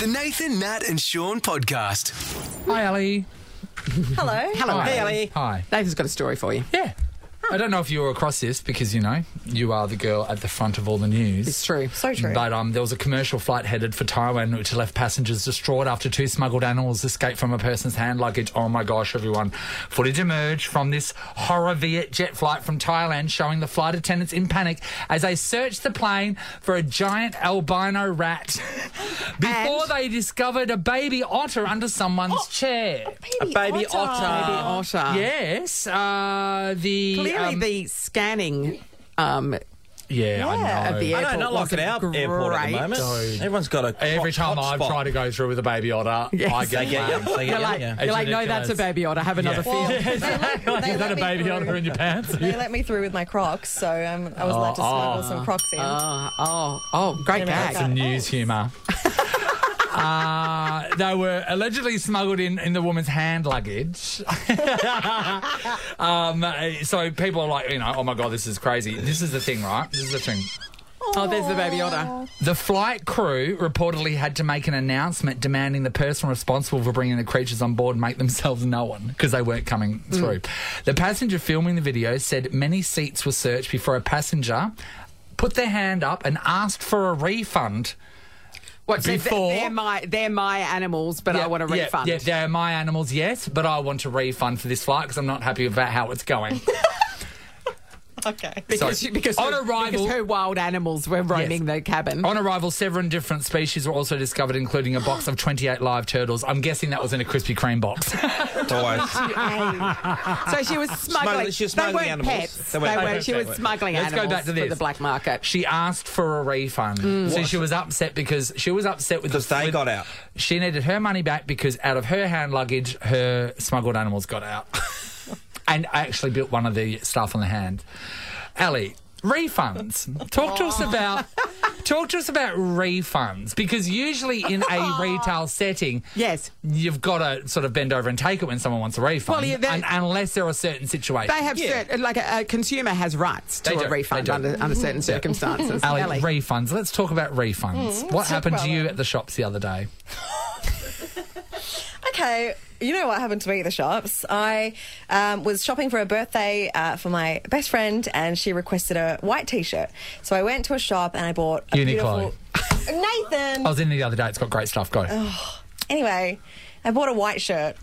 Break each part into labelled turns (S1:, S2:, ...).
S1: The Nathan, Nat, and Sean podcast.
S2: Hi, Ali.
S3: Hello.
S4: Hello,
S2: Hi.
S4: Ali.
S2: Hi.
S4: Nathan's got a story for you.
S2: Yeah. I don't know if you were across this because, you know, you are the girl at the front of all the news.
S4: It's true.
S3: So true.
S2: But um, there was a commercial flight headed for Taiwan, which left passengers distraught after two smuggled animals escaped from a person's hand luggage. Oh my gosh, everyone. Footage emerged from this horror Viet jet flight from Thailand showing the flight attendants in panic as they searched the plane for a giant albino rat before
S4: And?
S2: they discovered a baby otter under someone's chair.
S4: A baby otter. Baby otter.
S2: Yes, uh, the.
S4: Um, Clearly,
S2: Oh, um,
S4: the scanning um,
S2: Yeah, I
S4: at
S2: know.
S4: the
S2: I
S4: airport.
S2: know.
S4: I
S5: No, not like at our
S4: great.
S5: airport at the moment. Everyone's got a
S2: Every
S5: hot-
S2: time I
S5: hotspot.
S2: try to go through with a baby otter, I
S4: Yes.
S2: get
S5: They get
S2: one.
S5: you. They get
S4: You're
S5: you,
S4: like,
S5: yeah.
S4: you're like,
S2: Isn't it,
S4: no, that's a
S2: guys?
S4: baby otter. Have another
S3: Well,
S4: feel.
S3: they let, they
S2: Is
S3: let
S2: that a
S3: me
S2: baby
S3: through.
S2: otter in your pants?
S3: They let me through with my Crocs, so um, I was allowed
S2: Oh.
S3: to smuggle some Crocs in.
S2: Uh.
S4: Oh, oh, oh, great
S3: Get 'em out.
S4: gag.
S2: Some news humour. Uh, they were allegedly smuggled in, in the woman's hand luggage. um, uh, so people are like, you know, oh my God, this is crazy. This is the thing, right? This is the thing.
S4: Oh, there's the baby otter.
S2: The flight crew reportedly had to make an announcement demanding the person responsible for bringing the creatures on board make themselves known because they weren't coming
S4: Mm.
S2: through. The passenger filming the video said many seats were searched before a passenger put their hand up and asked for a refund.
S4: What, so th-
S2: Before-
S4: they're my they're my animals, but I want a
S2: Yeah,
S4: refund.
S2: Yeah, they're my animals, yes, but I want a refund for this flight because I'm not happy about how it's going.
S3: Okay.
S4: Because,
S2: Sorry.
S4: you- because,
S2: On
S4: her,
S2: arrival-
S4: because her wild animals were roaming
S2: Yes.
S4: the cabin.
S2: On arrival, seven different species were also discovered, including a box of 28 live turtles. I'm guessing that was in a Krispy Kreme box.
S5: Always.
S4: so she was smuggling.
S5: she was smuggling
S4: they weren't
S5: animals.
S4: pets.
S5: They
S4: They
S5: weren't
S4: weren't,
S5: pets,
S4: she
S5: they
S4: was
S5: weren't.
S4: smuggling
S2: Let's go
S4: animals
S2: back to
S4: for
S2: this.
S4: the black market. Mm.
S2: She asked for a refund. So she was upset because she was upset with the-
S5: 'Cause they
S2: with-
S5: got out.
S2: She needed her money back because out of her hand luggage, her smuggled animals got out. and I actually built one of the stuff on the hand. Ali, refunds. Talk to us
S4: Oh.
S2: about talk to us about refunds because usually in a retail setting,
S4: Oh. Yes.
S2: you've got to sort of bend over and take it when someone wants a refund,
S4: Well, yeah, they-
S2: un- unless there are certain situations.
S4: They have certain, like a, a consumer has rights to
S2: They
S4: a
S2: do,
S4: refund
S2: they do.
S4: under, under certain circumstances.
S2: Ali,
S4: Ellie.
S2: refunds. Let's talk about refunds. what happened to
S3: about
S2: you
S3: that.
S2: at the shops the other day?
S3: Okay. You know what happened to me at the shops? I um, was shopping for a birthday uh, for my best friend, and she requested a white T-shirt. So I went to a shop and I bought a
S2: Uniqlo. Oh,
S3: beautiful Nathan.
S2: I was in the other day. It's got great stuff. Go.
S3: Anyway, I bought a white shirt.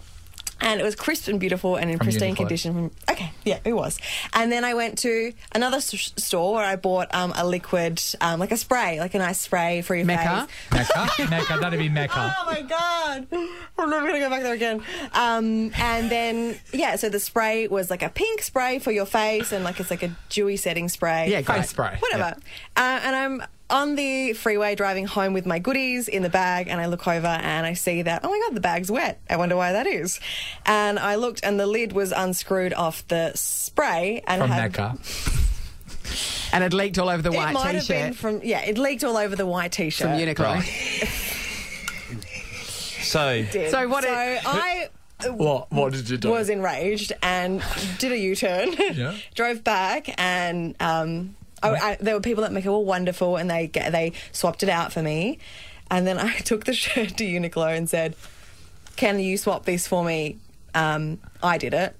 S3: And it was crisp and beautiful and in pristine
S2: Uniqlo.
S3: condition. From, okay, yeah, it was. And then I went to another s- store where I bought um, a liquid, um, like a spray, like a nice spray for your
S4: Mecca?
S3: face.
S2: Mecca. Mecca. That'd be Mecca.
S3: Oh my god! I'm never gonna go back there again. Um, and then yeah, so the spray was like a pink spray for your face, and like it's like a dewy setting spray.
S4: Yeah,
S2: Face spray.
S3: whatever. Uh, and I'm on the freeway driving home with my goodies in the bag, and I look over and I see that, oh my God, the bag's wet. I wonder why that is. And I looked, and the lid was unscrewed off the spray. And
S2: From
S3: had,
S2: Mecca.
S4: And it leaked all over the
S3: It
S4: white
S3: might
S4: t
S3: have been
S4: shirt
S3: from, yeah, it leaked all over the white t shirt.
S4: from Uniqlo.
S5: So,
S4: So what
S3: So
S4: it-
S3: I.
S2: What? What did you do?
S3: was enraged and did a U-turn.
S2: Yeah.
S3: drove back and um, I, I, there were people at Mecca were wonderful and they ga- they swapped it out for me, and then I took the shirt to Uniqlo and said, "Can you swap this for me? Um, I did it."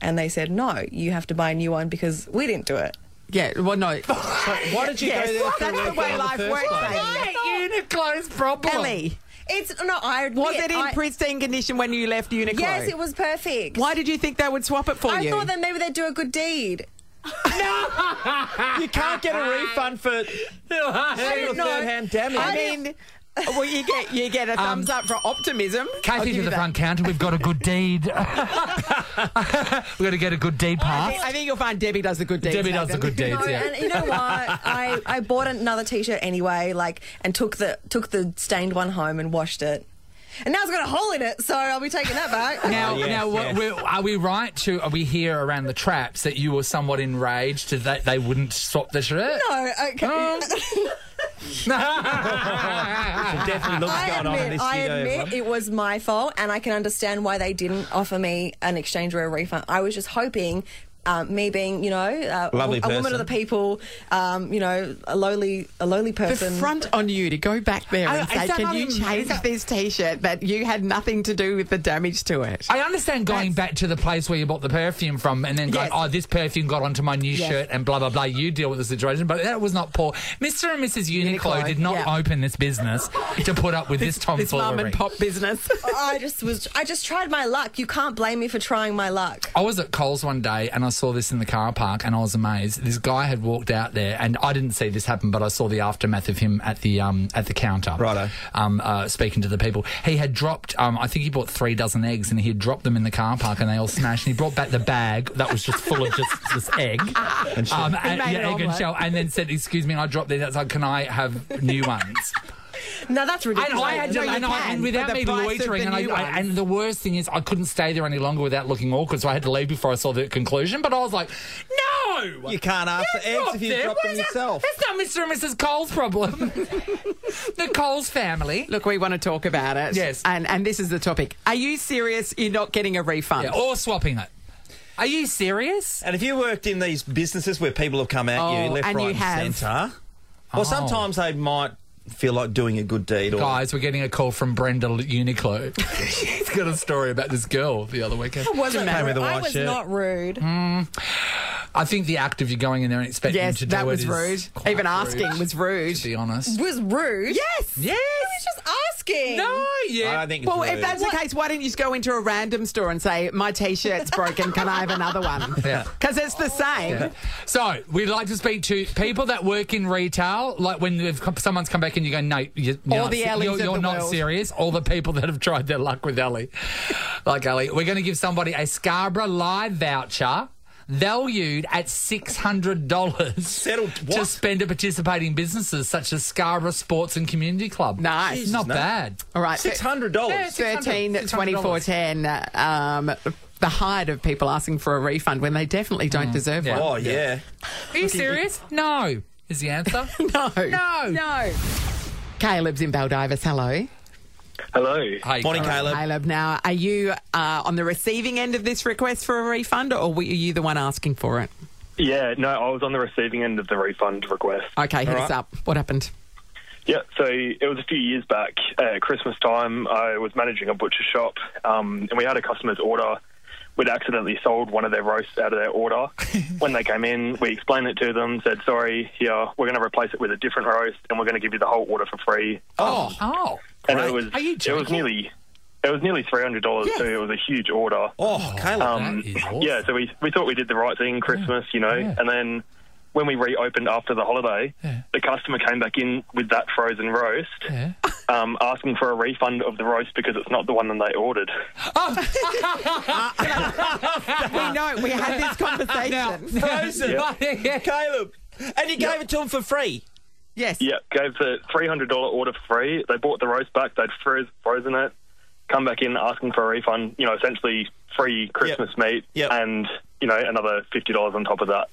S3: And they said, "No, you have to buy a new one because we didn't do it."
S4: Yeah, well, no.
S5: why did you
S4: Yes,
S5: go there? for
S4: that's
S5: a
S4: the
S5: refund
S4: way
S5: in
S4: life
S5: first
S4: works,
S5: place?
S4: baby.
S2: Uniqlo's problem.
S4: Ellie,
S3: It's no, I admit,
S4: was it in
S3: I-
S4: pristine condition when you left Uniqlo?
S3: Yes, it was perfect.
S4: Why did you think they would swap it for
S3: I
S4: you?
S3: thought that maybe they'd do a good deed.
S5: You can't get a refund for second or
S4: know.
S5: third hand damage.
S4: I mean, well, you get you get a thumbs up for optimism. I'll
S2: Kathy
S4: give
S2: to
S4: you
S2: the
S4: that.
S2: front counter. We've got a good deed. We're going to get a good deed
S4: I
S2: passed.
S4: think, I think you'll find Debbie does the good deeds.
S2: Debbie does the
S4: Nathan.
S2: good deeds.
S3: No,
S2: Yeah.
S3: and you know what? I, I bought another T-shirt anyway, like, and took the took the stained one home and washed it, and now it's got a hole in it, so I'll be taking that back.
S2: Now,
S5: Oh, yes,
S2: now,
S5: yes.
S2: We're, are we right to? Are we here around the traps that you were somewhat enraged that they wouldn't swap the shirt?
S3: no, okay.
S5: definitely looks
S3: I
S5: going on in
S3: admit,
S5: this
S3: I
S5: studio,
S3: admit
S5: everyone.
S3: it was my fault, and I can understand why they didn't offer me an exchange or a refund. I was just hoping um, me being, you know, uh,
S5: Lovely
S3: a, a woman
S5: person.
S3: of the people, um, you know, a lowly, a lowly
S4: The
S3: person.
S4: front on you to go back there
S2: I-
S4: and
S2: Oh, is
S4: say,
S2: that
S4: "Can
S2: not
S4: you
S2: amazing?
S4: change this T-shirt that you had nothing to do with the damage to it?"
S2: I understand going back to the place where you bought the perfume from and then going,
S4: Yes.
S2: oh, this perfume got onto my new shirt and blah, blah, blah. You deal with the situation. But that was not poor. Mr. and Mrs. Uniqlo,
S4: Uniqlo,
S2: did not
S4: yeah.
S2: open this business to put up with this, Oh, tomfoolery.
S4: this mum and pop business.
S3: I just was. I just tried my luck. You can't blame me for trying my luck.
S2: I was at Coles one day and I saw this in the car park and I was amazed. This guy had walked out there and I didn't see this happen, but I saw the aftermath of him at the um, at the counter,
S5: Righto.
S2: um, uh, speaking to the people. He had dropped. Um, I think he bought three dozen eggs and he had dropped them in the car park and they all smashed. and he brought back the bag that was just full of just this egg, and um, and,
S4: made an
S2: yeah, egg and
S4: omelette.
S2: shell, and then said, "Excuse me, I dropped these outside. Can I have new ones?"
S3: No, that's ridiculous.
S2: And I had to,
S4: No, you
S2: and, I,
S4: can,
S2: and
S4: but
S2: without
S4: the
S2: me
S4: price of the
S2: loitering, and, I,
S4: new
S2: I,
S4: ones.
S2: and the worst thing is, I couldn't stay there any longer without looking awkward, so I had to leave before I saw the conclusion. But I was like, no!
S5: You can't ask
S2: That's
S5: for eggs
S2: not
S5: if you
S2: fair.
S5: drop them
S2: Where's that-
S5: yourself.
S2: That's not Mr. and Mrs. Cole's problem. the Cole's family.
S4: Look, we want to talk about it.
S2: Yes.
S4: and and this is the topic. Are you serious? You're not getting a refund.
S2: Yeah, or swapping it. Are you serious?
S5: And if you worked in these businesses where people have come at you
S4: Oh,
S5: left,
S4: and
S5: right,
S4: you have.
S5: and centre, well, sometimes they might feel like doing a good deed. Or
S2: Guys, we're getting a call from Brenda L- Uniqlo. She's got a story about this girl the other weekend.
S3: I wasn't.
S5: Pay me
S3: Rude.
S5: the
S3: I
S5: white
S3: was
S5: shirt.
S3: not rude.
S2: Hmm? I think the act of you going in there and expecting
S4: yes,
S2: to do
S4: that
S2: it
S4: was
S2: is
S4: rude.
S2: quite
S4: Even asking
S2: rude,
S4: was
S2: To
S4: rude.
S2: be honest.
S3: Was rude.
S4: Yes.
S2: Yes.
S3: I was just asking.
S2: No,
S5: I
S2: yeah.
S5: don't think it's
S4: Well,
S5: rude.
S4: if that's the case, why don't you just go into a random store and say, "My T-shirt's broken. Can I have another one?"
S2: Yeah.
S4: Because it's the same.
S2: So we like to speak to people that work in retail, like when they've come, someone's come back and you go, Nate, you, you're,
S4: All
S2: not,
S4: the
S2: se-
S4: Ellies
S2: you're,
S4: of
S2: you're
S4: the
S2: not
S4: world."
S2: serious. All the people that have tried their luck with Ellie, like Ellie, we're going to give somebody a Scarborough Live voucher. Valued at six hundred dollars,
S5: Settled
S2: to
S5: what?
S2: spend at participating businesses such as Scarborough Sports and Community Club.
S4: Nice. Jesus,
S2: not
S5: no.
S2: bad.
S4: All right.
S5: six hundred dollars.
S2: Yeah, $600.
S4: 13 2014 um, the height of people asking for a refund when they definitely don't deserve
S2: Mm. Yeah.
S5: Oh yeah.
S2: Are you serious? No, is the answer.
S4: one. No.
S2: Oh. no,
S3: No.
S4: Caleb's in Baldivis. Hello.
S6: Hello.
S2: Hey,
S5: Morning,
S2: Clara.
S5: Caleb.
S4: Caleb, now, are you uh, on the receiving end of this request for a refund or were you the one asking for it?
S6: Yeah, no, I was on the receiving end of the refund request.
S4: Okay, hit us
S5: right.
S4: up. What happened?
S6: Yeah, so it was a few years back, uh, Christmas time. I was managing a butcher shop, um, and we had a customer's order. We'd accidentally sold one of their roasts out of their order. when they came in, we explained it to them, said, "Sorry, here we're going to replace it with a different roast, and we're going to give you the whole order for free."
S2: Oh, oh,
S6: and it was
S2: Are you
S6: it was
S2: joking?
S6: nearly it was nearly three hundred dollars. So it was a huge order.
S5: Oh, Caleb.
S6: Um,
S2: That is awesome.
S6: Yeah, so we, we thought we did the right thing Christmas, you know,
S2: Yeah.
S6: and then when we reopened after the holiday,
S2: Yeah.
S6: the customer came back in with that frozen roast,
S2: Yeah.
S6: um, asking for a refund of the roast because it's not the one that they ordered.
S4: we know, we had this conversation.
S5: Frozen.
S2: Yeah.
S5: Caleb. And you gave it to him for free.
S4: yes.
S6: Yeah, gave the three hundred dollar order for free. They bought the roast back. They'd froze, frozen it, come back in asking for a refund. You know, essentially free Christmas meat
S5: Yep.
S6: and you know another fifty dollars on top of that.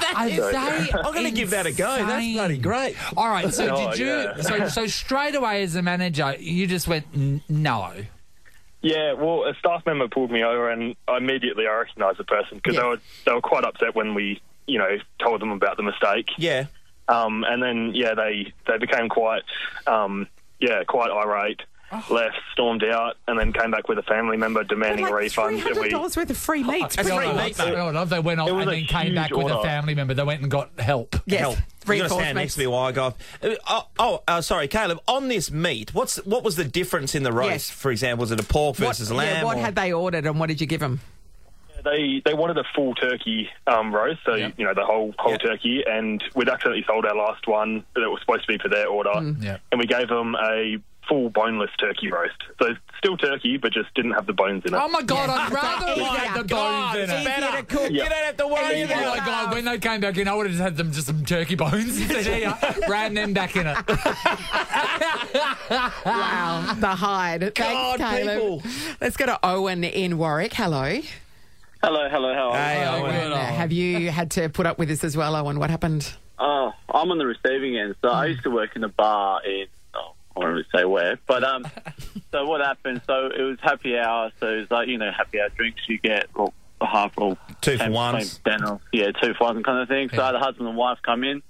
S2: I'm
S5: I'm going to give that a go. That's bloody great.
S2: All right, so
S6: Oh,
S2: did you?
S6: yeah.
S2: So, so straight away as a manager, you just went "N- no.
S6: Yeah, well, a staff member pulled me over, and I immediately I recognised the person because
S4: Yeah.
S6: they were they were quite upset when we you know told them about the mistake.
S5: Yeah.
S6: Um, and then yeah, they they became quite um, yeah quite irate,
S4: Oh.
S6: left, stormed out, and then came back with a family member demanding
S4: Like
S6: a refund. And we
S4: $300 worth of free meat.
S5: That's
S2: Fair
S5: free
S2: enough,
S5: meat,
S2: fair
S5: mate.
S2: enough. They went off
S6: It was
S2: and
S6: a
S2: then came back
S6: huge
S2: with a
S6: order.
S2: family member. They went and got help.
S4: Yes.
S5: Help.
S4: Reinforcements.
S5: You've got to stand next to me while I go. off. Uh, Oh, oh uh, sorry, Caleb. On this meat, what's what was the difference in the roast?
S4: Yes.
S5: For example, was it a pork
S4: What-
S5: versus a
S4: yeah,
S5: lamb?
S4: what
S5: or-
S4: had they ordered and what did you give them?
S6: they they wanted a full turkey um, roast, so
S2: Yeah.
S6: you know the whole whole turkey, and we'd accidentally sold our last one that was supposed to be for their order,
S2: Yeah.
S6: and we gave them a full boneless turkey roast. So still turkey, but just didn't have the bones in it.
S2: Oh my god!
S4: Yeah.
S2: I'd rather
S4: Easier.
S2: have had the
S5: God,
S2: bones in
S5: it's
S2: it.
S5: better.
S4: to cook.
S5: You don't have to worry
S4: Easier.
S2: Oh
S5: about
S2: my
S5: it.
S2: god! When they came back in, I would have just had them just some turkey bones. Here, ram them back in it.
S4: Wow, the hide.
S5: God,
S4: Thanks, Caleb.
S5: people.
S4: Let's go to Owen in Warwick. Hello.
S7: Hello, hello, how are you?
S5: Hey,
S2: Oh,
S5: Owen.
S2: well,
S4: Uh, have you had to put up with this as well, Owen? What happened?
S7: Oh, I'm on the receiving end. So I used to work in a bar in, oh, I won't really say where, but um, so what happened? So it was happy hour. So it was like, you know, happy hour drinks you get, well, half or
S5: Two for
S7: came
S5: one.
S7: between ten or- yeah, two for one kind of thing. So
S2: Yeah.
S7: the husband and wife come in.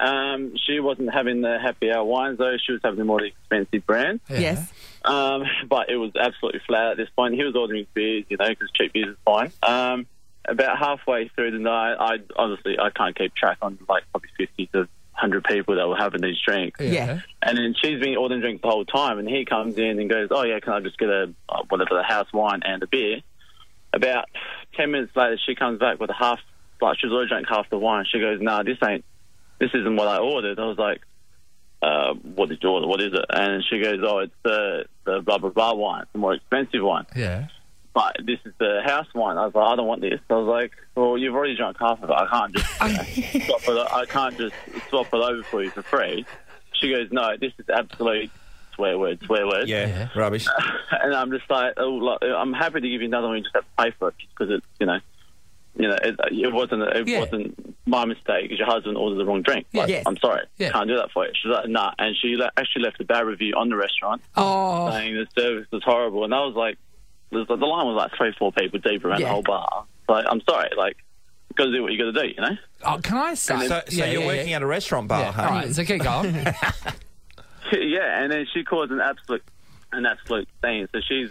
S7: Um, she wasn't having the happy hour wines though. She was having the more expensive brand.
S2: Yeah.
S3: Yes.
S7: Um, but it was absolutely flat at this point. He was ordering beers, you know, because cheap beers is fine. Um, about halfway through the night, I honestly I can't keep track on like probably fifty to hundred people that were having these drinks.
S2: Yeah.
S7: And then she's been ordering drinks the whole time, and he comes in and goes, "Oh yeah, can I just get a uh, whatever the house wine and a beer?" About ten minutes later, she comes back with a half. Like she's already drank half the wine. She goes, "No, this ain't. This isn't what I ordered." I was like, uh, "What did you order? What is it?" And she goes, "Oh, it's the the blah blah blah wine, the more expensive one."
S2: Yeah.
S7: But this is the house wine. I was like, "I don't want this." I was like, "Well, you've already drunk half of it. I can't just swap it. I can't just swap it over for you for free." She goes, "No, this is absolute swear word, swear word."
S5: Yeah,
S2: Yeah.
S5: rubbish.
S7: and I'm just like, oh, like, I'm happy to give you another one. You just have to pay for it because it's you know, you know, it, it wasn't it
S2: Yeah.
S7: wasn't my mistake. 'cause Your husband ordered the wrong drink. Like,
S4: Yes.
S7: I'm sorry,
S2: Yeah.
S7: can't do that for you. She's like, nah, and she le- actually left a bad review on the restaurant
S4: Oh,
S7: saying the service was horrible. And I was like, it was like- the line was like three, four people deep around
S4: Yeah.
S7: the whole bar. Like, I'm sorry, like, you got to do what you got to do, you know.
S2: Oh, can I say?
S5: So, so
S2: Yeah,
S5: you're
S2: yeah,
S5: working
S2: yeah.
S5: at a restaurant bar,
S2: Yeah.
S5: huh?
S2: All right, so keep going.
S7: yeah, and then she caused an absolute, an absolute scene. So she's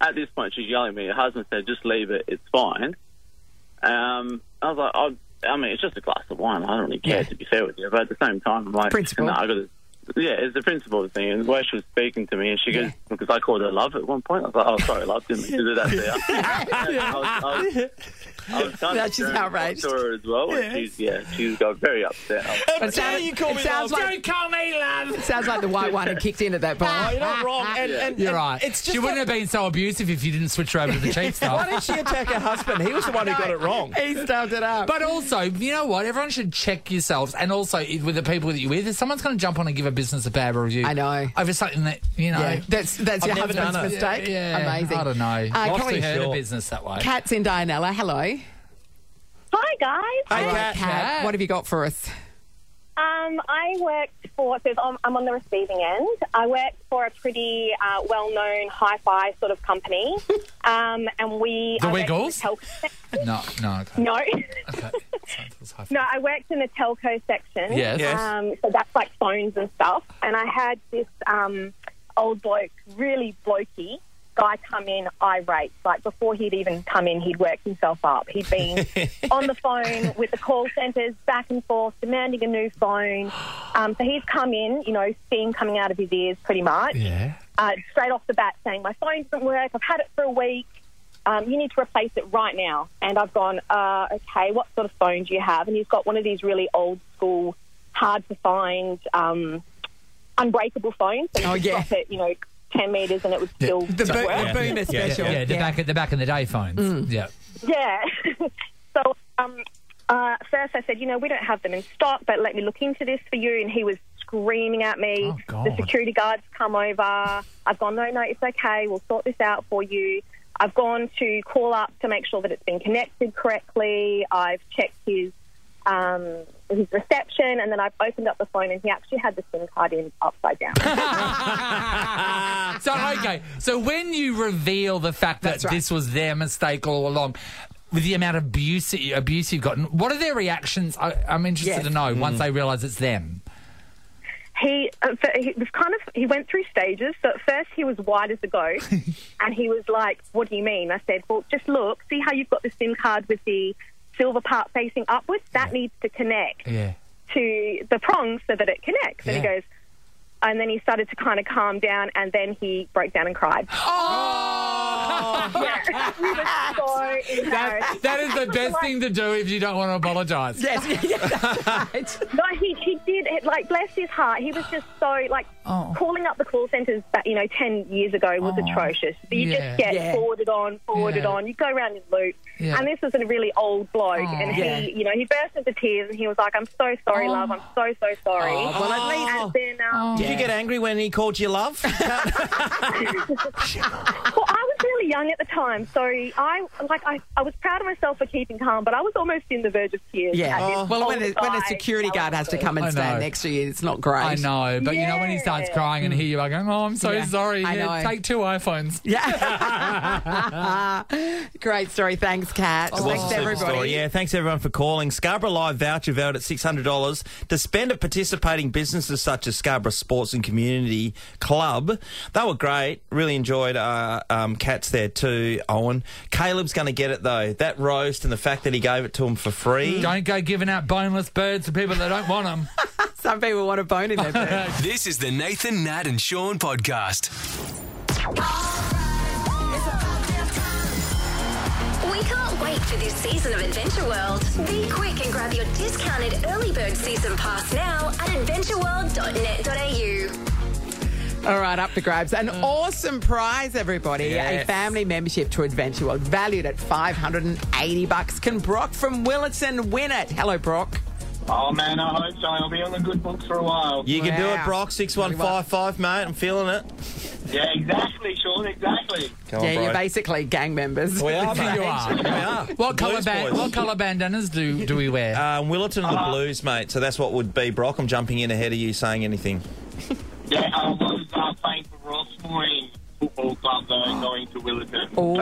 S7: at this point she's yelling at me. Her husband said, "Just leave it. It's fine." Um, I was like, I, I mean, it's just a glass of wine. I don't really care to be fair with you, but at the same time, I'm like,
S4: Principle.
S7: "No, I got to. Yeah, it's the principle thing. And the way she was speaking to me, and she goes, because I called her love at one point. I was like, oh, sorry, love, didn't mean to do that to you. I was, I was, I was kind
S4: Now
S7: of
S4: she's
S7: staring
S4: outraged.
S7: To her as well, and she's, yeah, she's got very upset. I was
S5: How dare you call
S4: it
S5: me
S4: sounds
S5: love?
S4: like-
S2: Don't call me love.
S4: sounds like the white wine had kicked in at that point.
S5: Oh, you're not wrong. And, and,
S2: You're
S5: and
S2: right.
S5: It's just
S2: she wouldn't
S5: like-
S2: have been so abusive if you didn't switch her over to the cheap stuff.
S5: Why did she attack her husband? He was the one who got it wrong.
S4: He stuffed it up.
S2: But also, you know what? Everyone should check yourselves, and also if- with the people that you're with. If someone's going to jump on and give a business a bad review,
S4: I know.
S2: over something that you know.
S4: yeah, uh, that's that's your
S5: never
S4: husband's
S5: done it.
S4: mistake.
S2: Yeah,
S4: Amazing.
S2: I don't know.
S4: Uh,
S2: Life's
S4: can
S2: too
S4: we,
S2: short.
S5: short.
S2: business that way.
S4: Cat's in Dianella. Hello.
S8: Hi guys.
S5: Hey,
S4: Cat,
S5: Kat.
S2: Kat.
S4: What have you got for us?
S8: Um, I worked for, so I'm- I'm on the receiving end. I worked for a pretty uh, well known hi fi sort of company. Um, and we.
S2: The
S8: I worked in
S2: Wiggles?
S8: telco-
S2: No, no, okay.
S8: no.
S2: okay. Sounds like-
S8: no, I worked in the telco section.
S2: Yes.
S5: Yes.
S8: Um, so that's like phones and stuff. And I had this um, old bloke, really blokey guy come in irate. Like before he'd even come in, he'd worked himself up. He'd been on the phone with the call centres back and forth, demanding a new phone. Um, so he's come in, you know, steam coming out of his ears pretty much
S2: Yeah.
S8: uh, straight off the bat saying, My phone doesn't work. I've had it for a week. Um, you need to replace it right now. And I've gone, uh, Okay, what sort of phone do you have? And he's got one of these really old school, hard to find, um, unbreakable phones. So you
S4: Oh,
S8: could
S4: yeah.
S8: drop it, you know, 10 metres and it would still
S4: The, bo-
S8: work.
S4: the boomer special.
S2: Yeah, the back at the back in the day phones. Yeah.
S8: Yeah. so um, uh, first I said, you know, we don't have them in stock, but let me look into this for you. And he was screaming at me.
S2: Oh, God.
S8: The security guards come over. I've gone, no, no, it's okay. We'll sort this out for you. I've gone to call up to make sure that it's been connected correctly. I've checked his um, his reception, and then I've opened up the phone, and he actually had the SIM card in upside down.
S2: So okay, so when you reveal the fact that
S4: Uh-huh. That's right.
S2: this was their mistake all along, with the amount of abuse abuse you've gotten, what are their reactions? I, I'm interested
S4: Yes.
S2: to know once they realise it's them.
S8: he, uh, f- he was kind of he went through stages. So at first he was white as a goat, and he was like, "What do you mean?" I said, "Well, just look, see how you've got the SIM card with the silver part facing upwards. That needs to connect
S2: Yeah.
S8: to the prong so that it connects." And he
S2: Yeah.
S8: goes, and then he started to kind of calm down, and then he broke down and cried. yeah, he was so embarrassed.
S2: Oh! That is the best
S8: Like-
S2: thing to do if you don't want to apologise.
S4: Yes, yeah, that's right.
S8: No, he, he did. It, like, bless his heart. He was just so, like,
S2: Oh.
S8: calling up the call centres, back, you know, 10 years ago was
S2: Oh.
S8: atrocious. But you
S2: Yeah.
S8: just get
S4: Yeah.
S8: forwarded on, forwarded
S2: Yeah.
S8: on. You go around in loops.
S2: Yeah.
S8: And this was a really old bloke. and he,
S4: Yeah.
S8: you know, he burst into tears and he was like, I'm so sorry,
S2: Oh.
S8: love. I'm so, so sorry.
S4: Oh, well, at least-
S8: And then, um,
S5: Did you get angry when he called you love?
S4: Oh.
S8: well, I was really young at the time, so I like I, I was proud of myself for keeping calm, but I was almost in the verge of tears.
S4: Yeah.
S8: at this
S4: well, when a,
S8: old
S4: when a
S8: guy
S4: security guard has to come
S2: Oh. I
S4: and stand
S2: know.
S4: next to you, it's not great.
S2: I know, but you know when he starts
S8: Yeah.
S2: crying and here you are going, "Oh, I'm so
S4: Yeah,
S2: sorry."
S4: I
S2: Yeah,
S4: know.
S2: Take two iPhones.
S4: Yeah. Great story. Thanks, Kat.
S5: It was
S4: Thanks,
S5: a super
S4: everybody.
S5: story. Yeah, thanks everyone for calling. Scarborough Live voucher valued at $600 to spend at participating businesses such as Scarborough Sports and Community Club. They were great. Really enjoyed uh, um, Cats there too, Owen. Caleb's going to get it though. That roast and the fact that he gave it to him for free.
S2: Mm. Don't go giving out boneless birds to people that don't want them.
S4: Some people want a bone in their bed.
S1: This is the Nathan, Nat, and Sean podcast.
S9: We can't wait for this season of Adventure World. Be quick and grab your discounted early bird season pass now at adventureworld.net.au.
S4: All right, up the grabs. An awesome prize, everybody.
S2: Mm. Yes.
S4: A family membership to Adventure World, valued at 580 bucks. Can Brock from Willetton win it? Hello, Brock.
S10: Oh man, I hope so. I'll be on the good books for a while.
S5: You can do
S4: Wow.
S5: it, Brock. 6155, mate. I'm feeling it.
S10: Yeah, exactly, Sean. Exactly.
S5: Come
S4: yeah,
S5: on,
S4: you're
S5: bro.
S4: basically gang members.
S5: We are, mate.
S2: you
S5: We
S2: are.
S5: are.
S2: What colour
S5: Blues
S2: band?
S5: boys.
S2: What colour bandanas do do we wear?
S4: Uh,
S5: Um, Willerton and the Blues, mate. So that's what would be, Brock. I'm jumping in ahead of you saying anything.
S10: Yeah, I was uh, playing for Rossmoring Football Club though, going to Willerton.
S5: Oh,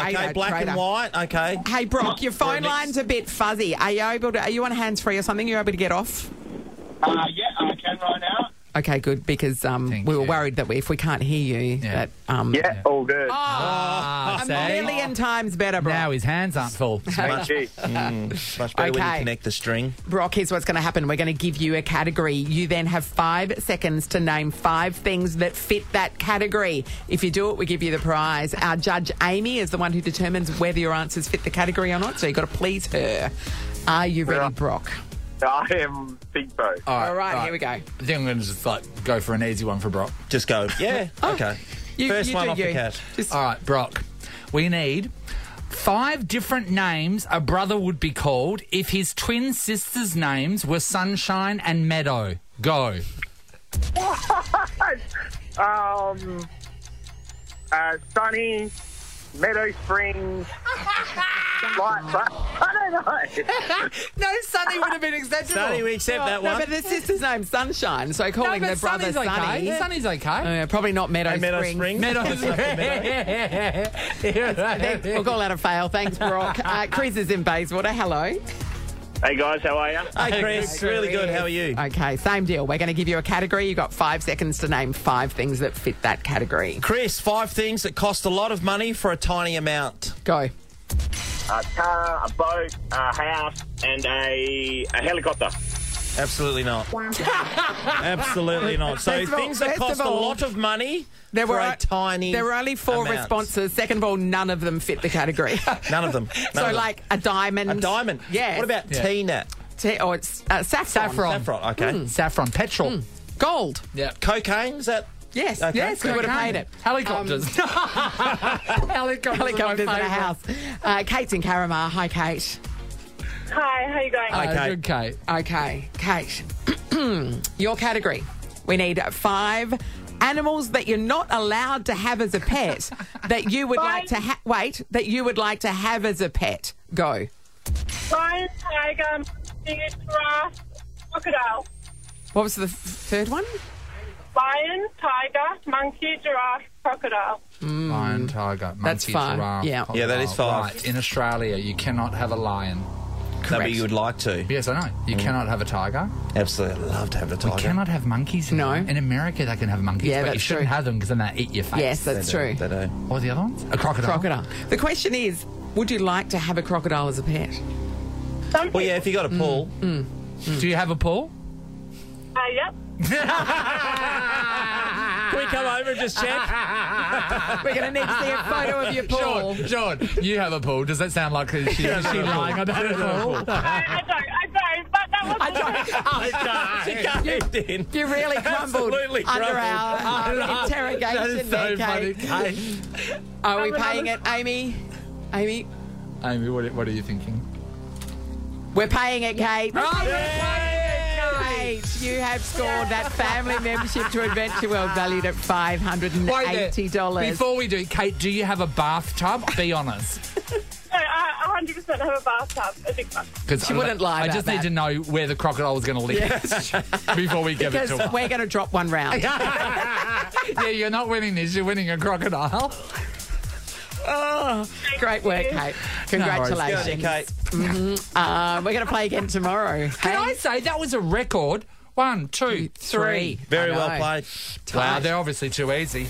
S4: traitor,
S5: okay. Black
S4: traitor.
S5: and white. Okay.
S4: Hey, Brock, your
S5: We're
S4: phone
S5: mixed.
S4: line's a bit fuzzy. Are you able to? Are you on hands free or something? You're able to get off?
S10: Uh, yeah, I can right now.
S4: Okay, good. Because um,
S2: Thank
S4: we were
S2: you.
S4: worried that we, if we can't hear you,
S2: Yeah.
S4: that um,
S6: Yeah, all good.
S2: Ah,
S4: a
S2: see?
S4: million times better, Brock.
S2: Now his hands aren't full.
S5: Much,
S6: Gee.
S5: mm, much better when
S4: Okay.
S5: you connect the string.
S4: Brock, here's what's going to happen. We're going to give you a category. You then have five seconds to name five things that fit that category. If you do it, we give you the prize. Our judge, Amy, is the one who determines whether your answers fit the category or not. So you've got to please her. Are you ready,
S6: Yeah.
S4: Brock?
S6: I am think so.
S4: All right, here we go.
S2: I think I'm going to just like go for an easy one for Brock.
S5: Just go. Yeah. Okay.
S4: Oh, You-
S5: First
S4: you
S5: one
S4: do
S5: off
S4: you.
S5: the cat.
S4: Just-
S2: All right, Brock. We need five different names a brother would be called if his twin sisters' names were Sunshine and Meadow. Go.
S6: Um, uh, sunny, meadow springs, light. I don't know.
S4: no, Sunny would have been acceptable.
S5: Sonny, we accept that
S4: No,
S5: one.
S4: but the sister's name's Sunshine, so calling
S2: no,
S4: their
S2: but
S4: brother
S2: Sunny's okay.
S4: Sunny.
S2: Sunny's okay.
S4: Oh, yeah, probably not Meadow
S5: Hey, Meadow
S4: Springs.
S5: Springs.
S2: Meadows.
S4: We'll call that a fail. Thanks, Brock. Uh, Chris is in Bayswater. Hello.
S7: Hey guys, how are you?
S5: Hey, Chris. really good. How are you?
S4: Okay, same deal. We're going to give you a category. You've got five seconds to name five things that fit that category.
S5: Chris, five things that cost a lot of money for a tiny amount.
S4: Go.
S7: A car, a boat, a house, and a, a helicopter.
S5: Absolutely not. Absolutely not. So
S4: First of all-
S5: things that
S4: first
S5: cost
S4: of
S5: a
S4: all,
S5: lot of money
S4: There
S5: for
S4: were
S5: a tiny.
S4: There were only four
S5: amount.
S4: responses. Second of all, none of them fit the category.
S5: None of them. None
S4: so,
S5: of them.
S4: like a diamond.
S5: a diamond.
S4: Yeah.
S5: What about
S2: Yeah.
S5: tea net?
S4: Te- or it's uh, saffron. Mm.
S2: Saffron.
S5: Saffron. Okay.
S2: Saffron. Petrol.
S4: Hmm. Gold.
S2: Yeah.
S5: Cocaine. Is that?
S4: Yes.
S5: Okay.
S4: Yes, we would have paid it.
S2: Helicopters. helicopters. are my
S4: Um, Helicopters and a
S2: favourite.
S4: house. Uh, Kate's in Karamar. Hi, Kate.
S8: Hi, how you going?
S2: Uh,
S5: Okay.
S2: good, Kate.
S4: Okay, Kate. Your category. We need five animals that you're not allowed to have as a pet that you would like to ha- wait that you would like to have as a pet. Go.
S8: Lion, tiger, biggest giraffe, crocodile.
S4: What was the f- third one?
S8: Lion, tiger, monkey, giraffe, crocodile.
S2: Lion, tiger, monkey,
S4: Mm. That's five.
S2: giraffe,
S4: Yeah.
S5: Yeah, that is
S2: crocodile.
S5: five.
S2: Right. In Australia, you cannot have a lion.
S5: No, but you would like to.
S2: Yes, I know. You cannot have a tiger.
S5: Absolutely. I'd love to have a tiger.
S2: You cannot have monkeys. in
S4: No.
S2: them. In America, they can have monkeys,
S4: Yeah,
S2: but you
S4: that's
S2: shouldn't
S4: true.
S2: have them because then they eat your face.
S4: Yes, that's true.
S5: They do.
S2: What were the other ones? A crocodile.
S4: Crocodile. The question is, would you like to have a crocodile as a pet?
S8: Some
S5: Well, yeah, if you got a pool.
S4: Mm.
S2: Do you have a pool?
S8: people- uh, yep.
S5: Can we come over and just check?
S4: We're going to need to see a photo of your pool.
S2: Sean, Sean, you have a pool. Does that sound like she, is she lying about it at all?
S8: I, I don't, I don't, but that was
S4: I don't.
S5: in.
S4: You really crumbled
S5: Absolutely
S4: under
S5: crumbled.
S4: our uh, interrogation
S2: That is
S4: there,
S2: so
S4: Kate.
S2: funny, Kate.
S4: Are we paying it, Amy? Amy,
S2: Amy, what, are- what are you thinking?
S4: we're paying it, Kate. We're paying it, Kate. Paige, you have scored that family membership to Adventure World valued at five hundred and eighty
S2: Wait there.
S4: dollars.
S2: Before we do, Kate, do you have a bathtub? Be honest.
S8: No, I 100% have a bathtub, a big one.
S2: Because
S4: She wouldn't lie
S2: I
S4: about
S2: just
S4: that.
S2: need to know where the crocodile is going to live before we give it
S4: Because
S2: to her.
S4: we're going to drop one round.
S2: yeah, you're not winning this. You're winning a crocodile.
S4: Great work, Kate. Congratulations.
S5: Kate.
S4: Uh, we're going to play again tomorrow.
S2: Can I say that was a record? One, two, three.
S5: Very
S4: I
S5: well
S4: know.
S5: played.
S2: Wow, they're obviously too easy.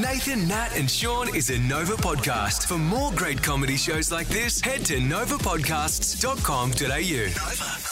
S1: Nathan, Nat, and Sean is a Nova podcast. For more great comedy shows like this, head to novapodcasts.com.au. Nova.